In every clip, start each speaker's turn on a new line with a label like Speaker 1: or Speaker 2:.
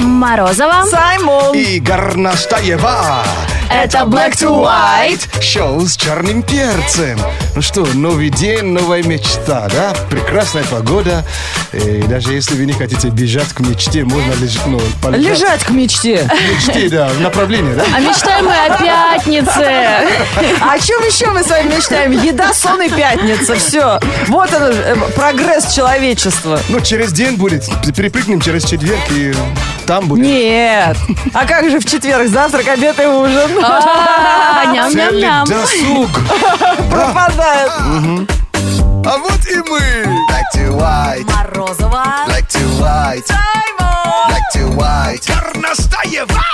Speaker 1: Морозова.
Speaker 2: Саймон.
Speaker 3: И Горнастаева.
Speaker 1: Это Black to White.
Speaker 3: Шоу с черным перцем. Ну что, новый день, новая мечта, да? Прекрасная погода. И даже если вы не хотите бежать к мечте, можно лежать, ну, полежать.
Speaker 2: Лежать к мечте.
Speaker 3: К мечте, да, в направлении, да?
Speaker 1: А мечтаем мы о пятнице.
Speaker 2: А О чем еще мы с вами мечтаем? Еда, сон и пятница. Все. Вот он, э, прогресс человечества.
Speaker 3: Ну, через день будет. Перепрыгнем через четверг и там будет.
Speaker 2: Нет. А как же в четверг завтрак, обед и ужин?
Speaker 1: А,
Speaker 3: Целый
Speaker 1: Ням-ням-ням.
Speaker 3: досуг.
Speaker 2: Пропадает.
Speaker 3: А вот и мы. Black to white,
Speaker 2: Морозова.
Speaker 3: black to white, black to white. Горнастаева.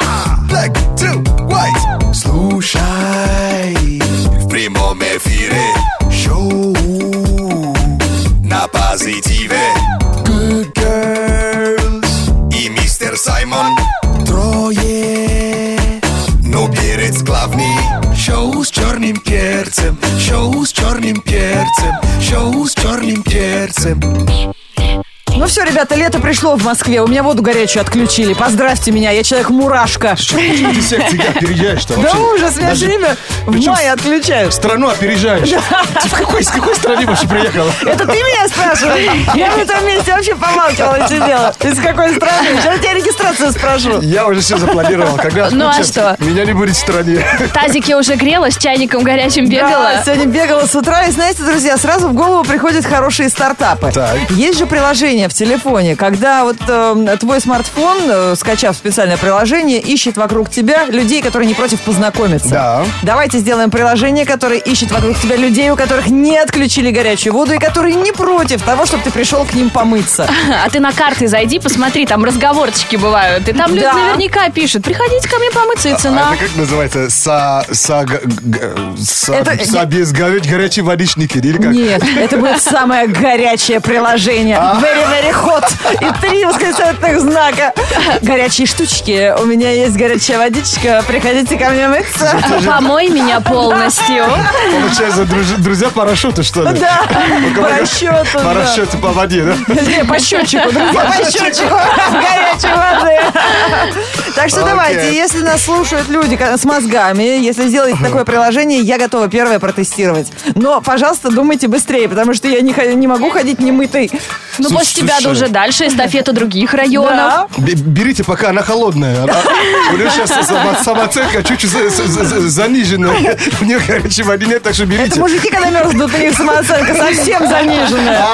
Speaker 3: Black to white. Слушай, в прямом эфире шоу на позитиве. Good girls и мистер Саймон. Трое, но перец главный. Шоу с черным перцем, шоу с черным перцем, шоу с черным перцем.
Speaker 2: Ну все, ребята, лето пришло в Москве. У меня воду горячую отключили. Поздравьте меня, я человек-мурашка.
Speaker 3: Ты всех всегда опережаешь-то
Speaker 2: Да
Speaker 3: вообще.
Speaker 2: ужас, меня
Speaker 3: Даже
Speaker 2: же время в
Speaker 3: причем
Speaker 2: мае отключают.
Speaker 3: Страну опережаешь. Ты в какой, с какой страны вообще приехала?
Speaker 2: Это ты меня спрашиваешь? Я в этом месте вообще помалкивала сидела. Из какой страны? Сейчас я тебя регистрацию спрошу.
Speaker 3: Я уже все запланировал. Когда
Speaker 1: Ну, а
Speaker 3: отключат,
Speaker 1: что?
Speaker 3: Меня не будет в стране.
Speaker 1: В тазике уже грела, с чайником горячим бегала.
Speaker 2: Да, сегодня бегала с утра. И знаете, друзья, сразу в голову приходят хорошие стартапы.
Speaker 3: Так.
Speaker 2: Есть же приложение в телефоне, когда вот э, твой смартфон, э, скачав специальное приложение, ищет вокруг тебя людей, которые не против познакомиться.
Speaker 3: Да.
Speaker 2: Давайте сделаем приложение, которое ищет вокруг тебя людей, у которых не отключили горячую воду и которые не против того, чтобы ты пришел к ним помыться.
Speaker 1: А ты на карты зайди, посмотри, там разговорчики бывают. И там люди
Speaker 2: Да.
Speaker 1: наверняка пишут. Приходите ко мне помыться, и
Speaker 2: Ну,
Speaker 3: А
Speaker 1: цена.
Speaker 3: Это как называется? Са... са... г- г- са...
Speaker 2: Это-
Speaker 3: са- без горя- горячие водичники, или как?
Speaker 2: Нет, это будет самое горячее приложение.
Speaker 3: А?
Speaker 2: Very, very hot. И три восклицательных знака. Горячие штучки. У меня есть горячая водичка. Приходите ко мне мыться.
Speaker 1: Помой меня полностью.
Speaker 3: Получается, друз- друзья по расчету, что ли?
Speaker 2: Да,
Speaker 3: У кого-
Speaker 2: по расчету.
Speaker 3: Ну,
Speaker 2: да.
Speaker 3: По расчету по воде, да?
Speaker 2: Не, по счетчику, друзья, по счетчику горячей воды. Так что
Speaker 3: Окей.
Speaker 2: давайте, если нас слушают люди ко- с мозгами, если сделаете такое приложение, я готова первое протестировать. Но, пожалуйста, думайте быстрее, потому что я не хо- не могу ходить немытой.
Speaker 1: Ну,
Speaker 3: Слушай,
Speaker 1: после тебя
Speaker 3: слушай.
Speaker 1: уже дальше эстафету других районов.
Speaker 2: Да.
Speaker 3: Б- Берите, пока она холодная. Она- У нее сейчас самооценка чуть-чуть за- за- за- занижена. У нее горячей воды нет, так что
Speaker 2: Это
Speaker 3: берите.
Speaker 2: мужики, когда мерзнут, у них самооценка совсем заниженная.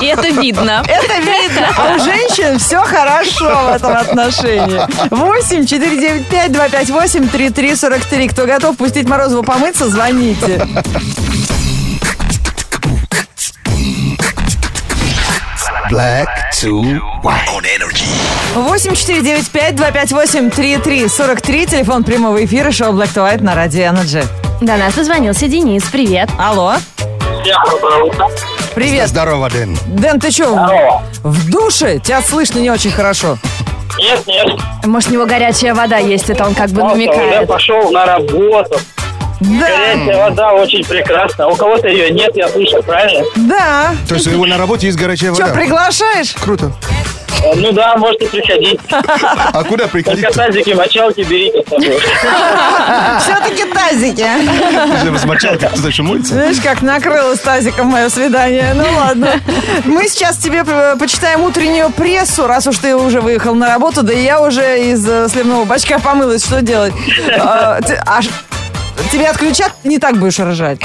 Speaker 1: И это видно.
Speaker 2: Это видно. А у женщин все хорошо в этом отношении. 8 495 258 3343. Кто готов пустить Морозову помыться, звоните.
Speaker 3: Black to white. On energy.
Speaker 2: 8495-258-3343, телефон прямого эфира, шоу Black to White на радио Energy.
Speaker 1: До нас позвонился Денис, привет.
Speaker 2: Алло,
Speaker 4: Всем доброе утро.
Speaker 2: привет.
Speaker 3: Здорово, Дэн.
Speaker 2: Дэн, ты что,
Speaker 4: Здорово.
Speaker 2: в душе? Тебя слышно не очень хорошо.
Speaker 4: Нет, нет.
Speaker 1: Может, у него горячая вода есть, это он как бы
Speaker 4: Я
Speaker 1: намекает.
Speaker 4: пошел на работу.
Speaker 2: Да,
Speaker 4: Горячая вода очень прекрасна. У кого-то ее нет, я слышал, правильно?
Speaker 2: да.
Speaker 3: То есть у него на работе есть горячая
Speaker 2: Че,
Speaker 3: вода?
Speaker 2: приглашаешь?
Speaker 3: Круто.
Speaker 4: Э, Ну да, можете приходить.
Speaker 3: А куда
Speaker 4: Только
Speaker 3: приходить?
Speaker 4: тазики, мочалки берите с собой.
Speaker 2: Все-таки тазики. а?
Speaker 3: Уже смочал, как кто-то еще моется?
Speaker 2: Знаешь, как накрылось тазиком мое свидание. Ну ладно. Мы сейчас тебе э, почитаем утреннюю прессу, раз уж ты уже выехал на работу, да и я уже из э, сливного бачка помылась. Что делать? А, ты- а ш- Тебя отключат, не так будешь рожать.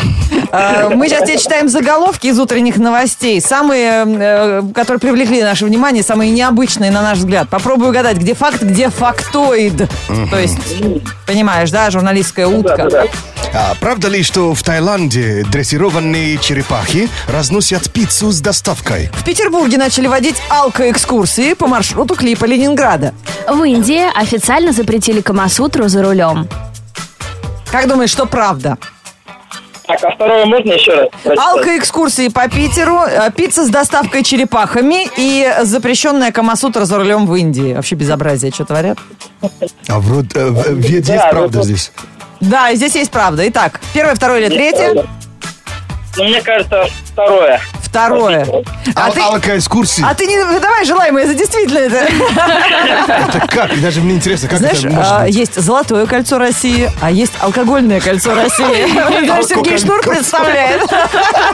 Speaker 2: Мы сейчас тебе читаем заголовки из утренних новостей. Самые, э, которые привлекли наше внимание, самые необычные, на наш взгляд. Попробую угадать, где факт, где фактоид. То есть, понимаешь, Ну да, журналистская утка.
Speaker 4: Да-да-да.
Speaker 3: А правда ли, что в Таиланде дрессированные черепахи разносят пиццу с доставкой?
Speaker 2: В Петербурге начали водить алкоэкскурсии по маршруту клипа Ленинграда.
Speaker 1: В Индии официально запретили Камасутру за рулем.
Speaker 2: Как думаешь, что правда?
Speaker 4: Так, а второе можно еще раз? прочитать?
Speaker 2: Алкоэкскурсии по Питеру, э, пицца с доставкой черепахами и запрещенная Камасутра за рулем в Индии. Вообще безобразие, что творят.
Speaker 3: А вроде, э, в- ведь есть
Speaker 4: Да,
Speaker 3: правда
Speaker 4: вот-
Speaker 3: здесь.
Speaker 2: Да, и здесь есть правда. Итак, первое, второе или третье?
Speaker 4: Ну, мне кажется, второе.
Speaker 2: Второе. А,
Speaker 3: Ал-
Speaker 2: ты,
Speaker 3: Алка из курси.
Speaker 2: а ты не выдавай желаемое за действительно это.
Speaker 3: Это как? Даже мне интересно, как
Speaker 2: Знаешь,
Speaker 3: это может
Speaker 2: а,
Speaker 3: быть?
Speaker 2: есть золотое кольцо России, а есть алкогольное кольцо России. Даже Сергей Шнур представляет.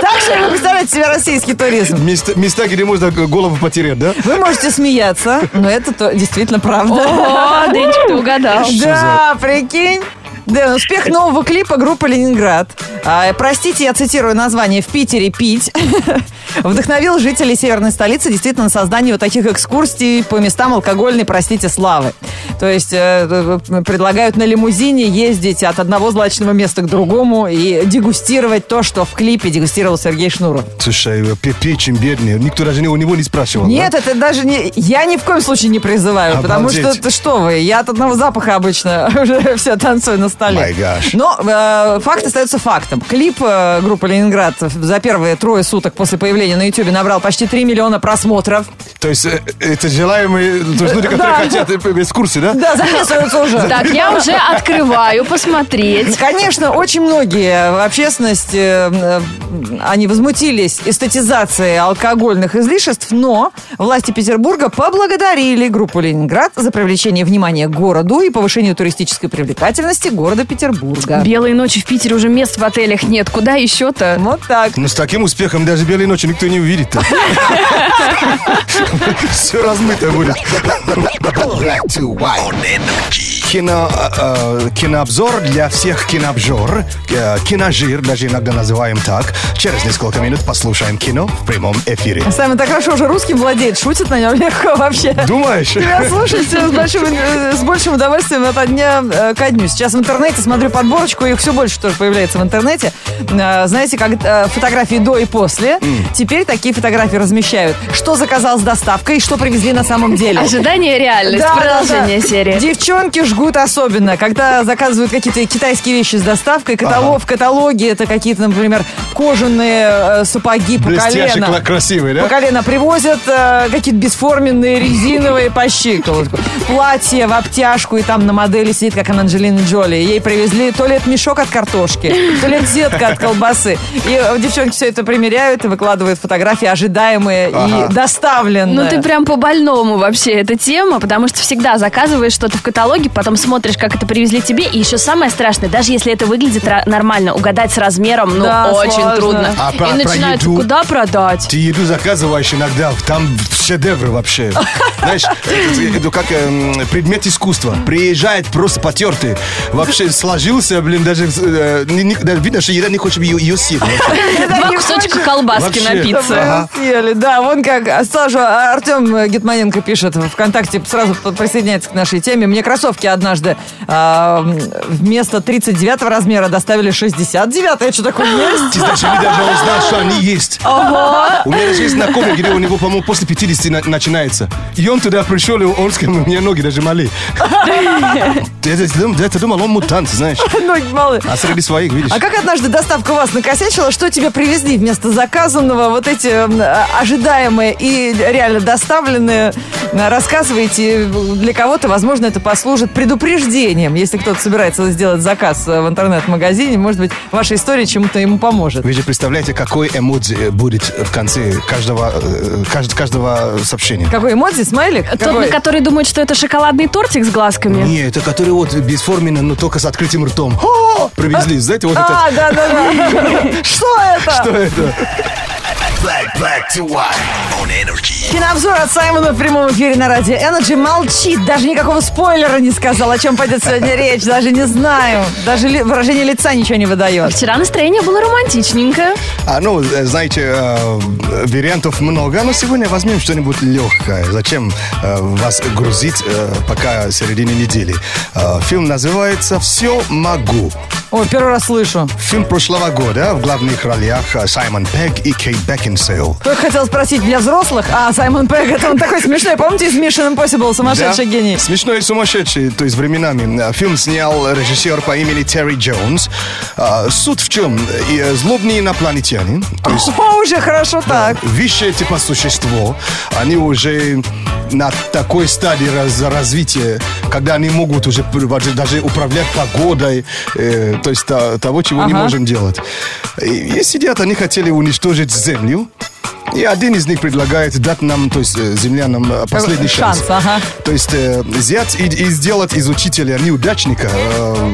Speaker 2: Так что вы представляете себе российский туризм.
Speaker 3: Места, места, где можно голову потерять, да?
Speaker 2: Вы можете смеяться, но это то- действительно правда.
Speaker 1: О, Денчик, ты угадал.
Speaker 2: Да, прикинь. Да, успех нового клипа группы «Ленинград». А, простите, я цитирую название «В Питере пить». Вдохновил жителей северной столицы действительно на создание вот таких экскурсий по местам алкогольной, простите, славы. То есть э, э, предлагают на лимузине ездить от одного злачного места к другому и дегустировать то, что в клипе дегустировал Сергей Шнуров.
Speaker 3: Слушай, а печень бедный. Никто даже не- у него не спрашивал. да?
Speaker 2: Нет, это даже не... Я ни в коем случае не призываю, потому
Speaker 3: Обалдеть.
Speaker 2: что, это что вы, я от одного запаха обычно уже все танцую на
Speaker 3: My
Speaker 2: столе.
Speaker 3: gosh.
Speaker 2: Но э, факт остается фактом. Клип э, группы «Ленинград» за первые трое суток после появления на YouTube набрал почти 3 миллиона просмотров.
Speaker 3: То есть э, это желаемые, то есть люди, которые хотят э, э, экскурсии, да?
Speaker 2: Да, записываются уже.
Speaker 1: Так, я уже открываю посмотреть.
Speaker 2: Ну, Конечно, очень многие в общественности, э, э, они возмутились эстетизацией алкогольных излишеств, но власти Петербурга поблагодарили группу «Ленинград» за привлечение внимания к городу и повышение туристической привлекательности города Петербурга.
Speaker 1: Белые ночи в Питере уже мест в отелях нет. Куда еще-то?
Speaker 2: Вот так.
Speaker 3: Ну, с таким успехом даже белые ночи никто не увидит. Все размыто будет. Кино, э, э, кинообзор для всех кинообзор. Э, киножир, даже иногда называем так. Через несколько минут послушаем кино в прямом эфире.
Speaker 2: Сами так хорошо уже русским владеет, шутит на нем легко вообще.
Speaker 3: Думаешь?
Speaker 2: Тебя слушайте с, большим, э, с большим удовольствием от дня э, ко дню. Сейчас в интернете смотрю подборочку, их все больше тоже появляется в интернете. Э, Знаете, как э, фотографии до и после. Теперь такие фотографии размещают. Что заказал с доставкой и что привезли на самом деле.
Speaker 1: Ожидание и реальность.
Speaker 2: Да, да,
Speaker 1: Продолжение
Speaker 2: да.
Speaker 1: серии.
Speaker 2: Девчонки жгут особенно, когда заказывают какие-то китайские вещи с доставкой. Каталог, В каталоге это какие-то, например, кожаные э, сапоги по
Speaker 3: Блестящий,
Speaker 2: колено.
Speaker 3: кла- красивый,
Speaker 2: По
Speaker 3: да?
Speaker 2: колено привозят э, какие-то бесформенные резиновые по щиколотку. Платье в обтяжку, и там на модели сидит, как Анджелина Джоли. Ей привезли то ли это мешок от картошки, то ли это сетка от колбасы. И э, девчонки все это примеряют и выкладывают фотографии, ожидаемые
Speaker 3: Ага.
Speaker 2: и доставленные.
Speaker 1: Ну ты прям по-больному вообще эта тема, потому что всегда заказываешь что-то в каталоге, потом смотришь, как это привезли тебе, и еще самое страшное, даже если это выглядит ра- нормально, угадать с размером, ну,
Speaker 2: Да,
Speaker 1: очень
Speaker 2: сложно.
Speaker 1: трудно.
Speaker 3: А
Speaker 1: и
Speaker 3: про- про
Speaker 1: начинается,
Speaker 3: еду?
Speaker 1: куда продать?
Speaker 3: Ты еду заказываешь иногда, там шедевры вообще. Знаешь, это, это как эм, предмет искусства. Приезжает просто потертый. Вообще сложился, блин, даже, э, не- не- даже видно, что еда не хочет ее, ее съесть. вообще.
Speaker 1: Два кусочка колбаски
Speaker 3: Вообще.
Speaker 1: на пицце.
Speaker 3: Ага.
Speaker 2: Съели, да, вон как а, Саша а, Артем э, Гетманенко пишет в ВКонтакте, сразу п- присоединяется к нашей теме. Мне кроссовки однажды а, м, вместо 39 размера доставили 69. Я что такое есть?
Speaker 3: Ты даже не даже узнал, что они есть. У меня даже есть знакомый, где у него, по-моему, после 50 на- начинается. И он туда пришел, и он сказал, у меня ноги даже мали. Я дум- я думал, он мутант, знаешь.
Speaker 2: Ноги малые.
Speaker 3: А среди своих, видишь.
Speaker 2: А как однажды доставка вас накосячила? Что тебе привезли вместо заказанного? Вот эти м, а, ожидаемые и реально доставленные а, рассказываете. Для кого-то, возможно, это послужит предупреждением. Если кто-то собирается сделать заказ э, в интернет-магазине, может быть, ваша история чему-то ему поможет.
Speaker 3: Вы же представляете, какой эмодзи э, будет в конце каждого, э, кажд- каждого сообщения?
Speaker 2: Какой эмодзи? Смайлик?
Speaker 1: Тот, на
Speaker 2: Какой?
Speaker 1: который думает, что это шоколадный тортик с глазками.
Speaker 3: Не, это который вот бесформенный, но только с открытым ртом. О, Привезли, знаете, вот это.
Speaker 2: А, да-да-да. Что это?
Speaker 3: Что это?
Speaker 5: Black, black to white on energy.
Speaker 2: Кинообзор от Саймона в прямом эфире на радио Energy молчит, даже никакого спойлера не сказал, о чем пойдет сегодня речь, даже не знаю, даже ли- выражение лица ничего не выдает.
Speaker 1: Вчера настроение было романтичненькое.
Speaker 3: А, ну, э, знаете, э, вариантов много, но сегодня возьмем что-нибудь легкое. Зачем э, вас грузить, э, пока середине недели? Э, Фильм называется «Все могу».
Speaker 2: О, первый раз слышу.
Speaker 3: Фильм прошлого года в главных ролях э, Саймон Пегг и Кейт Бекинсейл.
Speaker 2: Только хотел спросить, для взрослых, а Саймон Пегг, это он такой смешной, помните из Mission Impossible, сумасшедший
Speaker 3: Да.
Speaker 2: гений?
Speaker 3: Смешной и сумасшедший, то есть временами. А, Фильм снял режиссер по имени Терри Джонс. А, Суть в чем? И, э, Злобные инопланетяне, то есть
Speaker 2: О, уже хорошо так.
Speaker 3: высшее типа существо, они уже на такой стадии раз- развития, когда они могут уже пр- даже- даже управлять погодой, э, то есть та- того, чего не
Speaker 2: Ага.
Speaker 3: можем делать. И, и сидят, они хотели уничтожить землю. И один из них предлагает дать нам, то есть э, землянам э, последний шанс.
Speaker 2: Шанс, ага.
Speaker 3: То есть э, взять и, и сделать из учителя неудачника, э,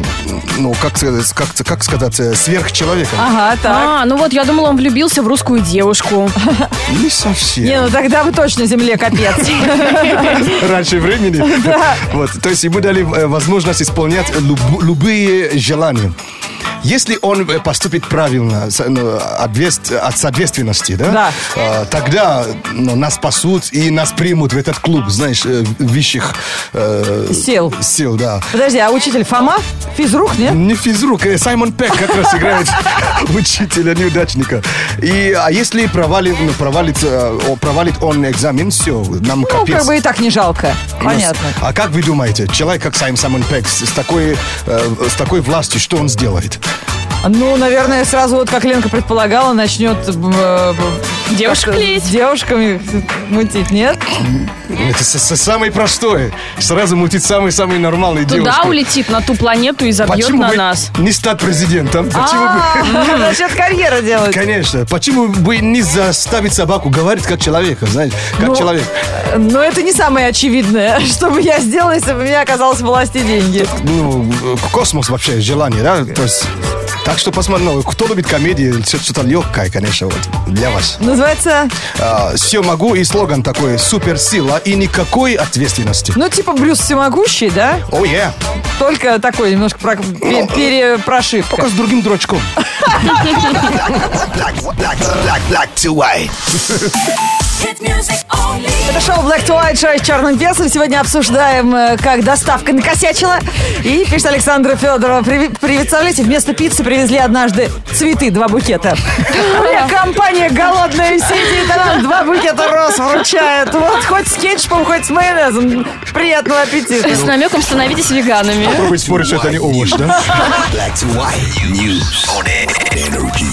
Speaker 3: ну, как, сказать- как, как сказать, э, сверхчеловека.
Speaker 2: Ага, так.
Speaker 1: А, ну вот, я думала, он влюбился в русскую девушку.
Speaker 3: Не совсем.
Speaker 2: Не, ну тогда бы точно земле капец.
Speaker 3: раньше времени. Вот, то есть ему дали э, возможность исполнять люб- любые желания. Если он э, поступит правильно, с- ну, ответ- от соответственности, да,
Speaker 2: Да.
Speaker 3: э, тогда ну, нас спасут и нас примут в этот клуб, знаешь, э, высших э,
Speaker 2: Сел.
Speaker 3: сил, да.
Speaker 2: Подожди, а учитель Фома? Физрук, нет?
Speaker 3: Не физрук, э, Саймон Пек как раз играет учителя неудачника. И а если провалит, ну, провалит, э, о, провалит он экзамен, все, нам
Speaker 2: Ну,
Speaker 3: капец.
Speaker 2: как бы и так не жалко. Понятно.
Speaker 3: А как вы думаете, человек, как Сайм Самон Пэк, с с такой, э, с такой властью, что он сделает?
Speaker 2: Ну, наверное, сразу вот, как Ленка предполагала, начнет... э, э,
Speaker 1: Девушек
Speaker 2: как-то
Speaker 1: клеить.
Speaker 2: С девушками мутить, нет?
Speaker 3: Это с- с- самое простое. Сразу мутит самый-самый нормальный
Speaker 1: Туда
Speaker 3: девушку.
Speaker 1: улетит, на ту планету и забьет
Speaker 3: Почему
Speaker 1: на
Speaker 3: бы
Speaker 1: нас.
Speaker 3: не стать президентом?
Speaker 1: А,
Speaker 3: Почему
Speaker 2: А.
Speaker 3: бы...
Speaker 2: Начнет карьера делать.
Speaker 3: Конечно. Почему бы не заставить собаку говорить как человека, знаешь, как
Speaker 2: Ну,
Speaker 3: человек?
Speaker 2: Но это не самое очевидное, что бы я сделала, если бы у меня оказалось в власти деньги.
Speaker 3: Ну, э, космос вообще, желание, да? То есть, так что посмотрим, ну, кто любит комедии, всё- что-то легкое, конечно, вот, для вас.
Speaker 2: Называется,
Speaker 3: все могу и слоган такой, суперсила и никакой ответственности.
Speaker 2: ну, типа Брюс Всемогущий, да?
Speaker 3: О, я.
Speaker 2: Только такой немножко про- пе- перепрошивка.
Speaker 3: Только с другим дурачком.
Speaker 5: Black, black, black, black to white.
Speaker 6: Hit music only.
Speaker 2: Это шоу Black to White, шоу с черным весом. Сегодня обсуждаем, э, как доставка накосячила. И пишет Александра Федорова. «Привет, Представляете, вместо пиццы привезли однажды цветы, два букета. Бля, компания голодная сидит, а нам два букета роз вручает. Вот хоть с кетчупом, хоть с майонезом. Приятного аппетита.
Speaker 1: С намеком становитесь веганами.
Speaker 3: Попробуй спорить, что это не овощ, да?
Speaker 5: Black to white news on energy.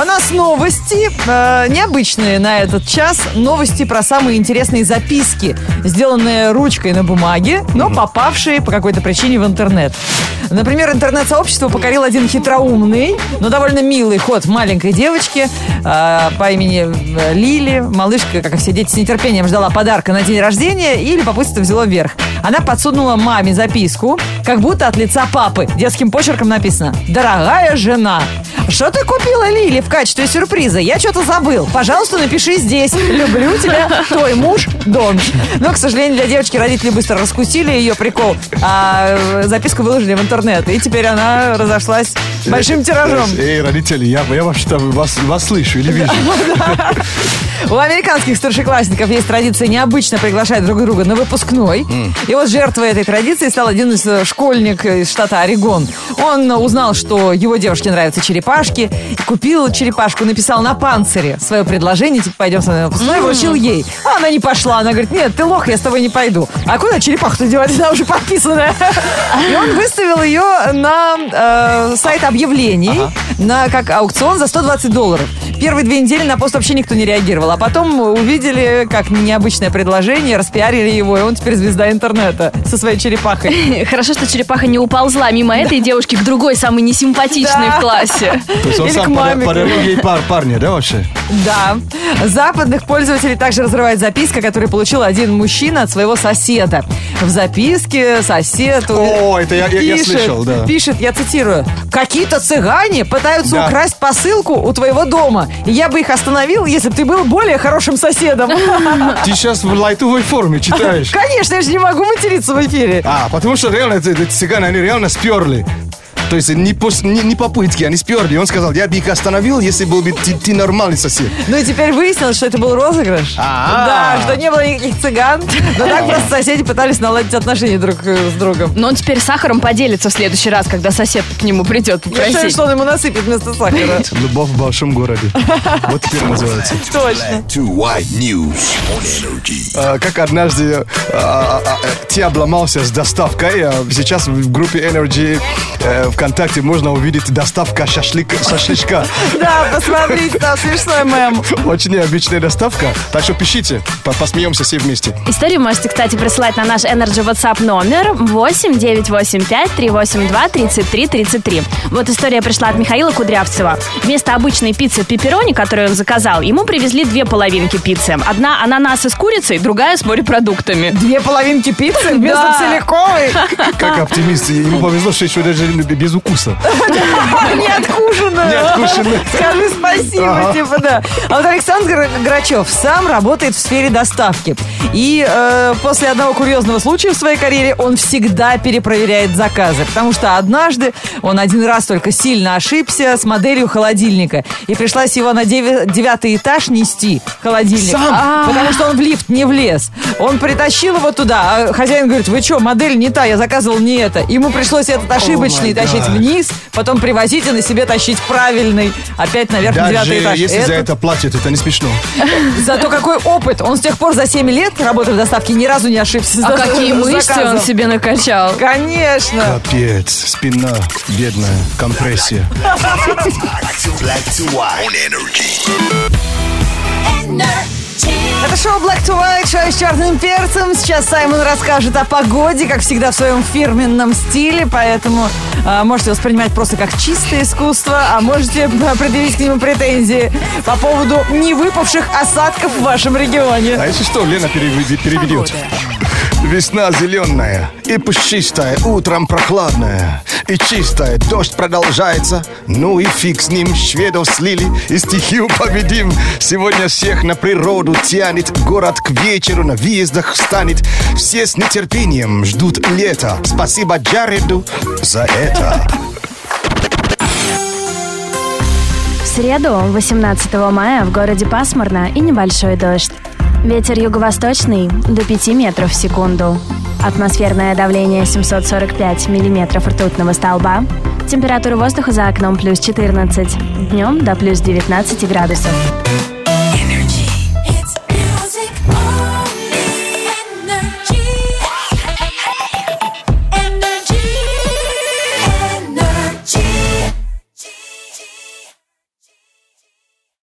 Speaker 2: У нас новости, э, необычные на этот час. Новости про самые интересные записки, сделанные ручкой на бумаге, но попавшие по какой-то причине в интернет. Например, интернет-сообщество покорил один хитроумный, но довольно милый ход маленькой девочки э, по имени э, Лили. Малышка, как и все дети, с нетерпением ждала подарка на день рождения и любопытство взяло вверх. Она подсунула маме записку, как будто от лица папы. Детским почерком написано «Дорогая жена». Что ты купила Лили в качестве сюрприза? Я что-то забыл. Пожалуйста, напиши здесь. Люблю тебя, твой муж, Дон. Но, к сожалению, для девочки родители быстро раскусили ее прикол. А э, записку выложили в интернет. И теперь она разошлась большим тиражом.
Speaker 3: Эй, родители, я, я вообще-то вас, вас слышу или вижу.
Speaker 2: У американских старшеклассников есть традиция необычно приглашать друг друга на выпускной. И вот жертвой этой традиции стал один из э, школьник из штата Орегон. Он узнал, что его девушке нравятся черепашки, и купил черепашку, написал на панцире свое предложение, типа, пойдем со мной на выпускной, вручил ей. А она не пошла. Она говорит, нет, ты лох, я с тобой не пойду. А куда черепаху-то девать? Она уже подписанная. И он выставил ее на э, сайт объявлений, на как аукцион за 120 долларов. Первые две недели на пост вообще никто не реагировал. А потом увидели, как необычное предложение, распиарили его, и он теперь звезда интернета со своей черепахой.
Speaker 1: Хорошо, что черепаха не уползла мимо этой девушки к другой, самой несимпатичной
Speaker 2: Да.
Speaker 1: в классе.
Speaker 3: То есть он
Speaker 2: Или к
Speaker 3: сам
Speaker 2: маме,
Speaker 3: подарил ей пар, парня, да, вообще?
Speaker 2: Да. Западных пользователей также разрывает записка, которую получил один мужчина от своего соседа. В записке сосед...
Speaker 3: О, это я- я- я
Speaker 2: пишет-
Speaker 3: слышал, да.
Speaker 2: Пишет, я цитирую, «Какие-то цыгане пытаются
Speaker 3: Да.
Speaker 2: украсть посылку у твоего дома. И я бы их остановил, если бы ты был более хорошим соседом».
Speaker 3: Ты сейчас в лайтовой форме читаешь.
Speaker 2: Конечно, я же не могу материться в эфире.
Speaker 3: А, потому что реально эти эти цыгане, они реально сперли. То есть не, пос- не, не попытки, они сперли. Он сказал, я бы их остановил, если был бы ты, ты нормальный сосед. А,
Speaker 2: Ну и теперь выяснилось, что это был розыгрыш.
Speaker 3: А-а.
Speaker 2: Да, что не было никаких цыган. Но так просто соседи пытались наладить отношения друг э, с другом.
Speaker 1: Но он теперь сахаром поделится в следующий раз, когда сосед к нему придет
Speaker 2: Я считаю,
Speaker 1: попросить.
Speaker 2: что он ему насыпет вместо сахара.
Speaker 3: Любовь в большом городе. Вот теперь называется.
Speaker 2: Точно.
Speaker 5: Black to white news on energy.
Speaker 3: Э, как однажды э, а э, э, ты обломался с доставкой. э, Сейчас в группе Energy э, в ВКонтакте можно увидеть доставка шашлык, шашлычка.
Speaker 2: Да, посмотрите, там смешной мем.
Speaker 3: Очень необычная доставка. Так что пишите, по- посмеемся все вместе.
Speaker 1: Историю можете, кстати, присылать на наш Energy WhatsApp номер 8 985 382 33 33. Вот история пришла от Михаила Кудрявцева. Вместо обычной пиццы пепперони, которую он заказал, ему привезли две половинки пиццы. Одна ананасы с курицей, другая с морепродуктами.
Speaker 2: Две половинки пиццы вместо
Speaker 1: Да.
Speaker 2: целиковой.
Speaker 3: Как оптимист, ему повезло, что еще даже без укуса.
Speaker 2: Не откушенную.
Speaker 3: Не откушенную.
Speaker 2: Скажи спасибо,
Speaker 3: Ага.
Speaker 2: типа, да. А вот Александр Грачев сам работает в сфере доставки. И э, после одного курьезного случая в своей карьере он всегда перепроверяет заказы. Потому что однажды он один раз только сильно ошибся с моделью холодильника. И пришлось его на деви- девятый этаж нести, холодильник. А, Потому что он в лифт не влез. Он притащил его туда, а хозяин говорит, вы что, модель не та, я заказывал не это. Ему пришлось этот ошибочный тащить
Speaker 3: God.
Speaker 2: вниз, потом привозить и на себе тащить правильный. Опять наверх на
Speaker 3: Даже
Speaker 2: девятый этаж.
Speaker 3: если за
Speaker 2: Этот-
Speaker 3: это платят, это не смешно.
Speaker 2: Зато какой опыт. Он с тех пор за 7 лет, работая в доставке, ни разу не ошибся. с
Speaker 1: А
Speaker 2: заказом.
Speaker 1: какие мышцы он
Speaker 2: Заказом.
Speaker 1: себе накачал.
Speaker 2: Конечно.
Speaker 3: Капец, спина бедная, компрессия.
Speaker 5: Black to black to white on energy.
Speaker 6: Energy.
Speaker 2: Это шоу Black to White, шоу с черным перцем. Сейчас Саймон расскажет о погоде, как всегда, в своем фирменном стиле. Поэтому э, можете воспринимать просто как чистое искусство, а можете э, предъявить к нему претензии по поводу невыпавших осадков в вашем регионе.
Speaker 3: А если что, Лена переведи- переведет. Весна зеленая и пушистая, утром прохладная и чистая. Дождь продолжается, ну и фиг с ним. Шведов слили и стихию победим. Сегодня всех на природу тянет, город к вечеру на въездах станет. Все с нетерпением ждут лета. Спасибо Джареду за это.
Speaker 1: В среду, 18 мая, в городе пасмурно и небольшой дождь. Ветер юго-восточный до 5 метров в секунду. Атмосферное давление 745 миллиметров ртутного столба. Температура воздуха за окном плюс 14. Днем до плюс 19 градусов.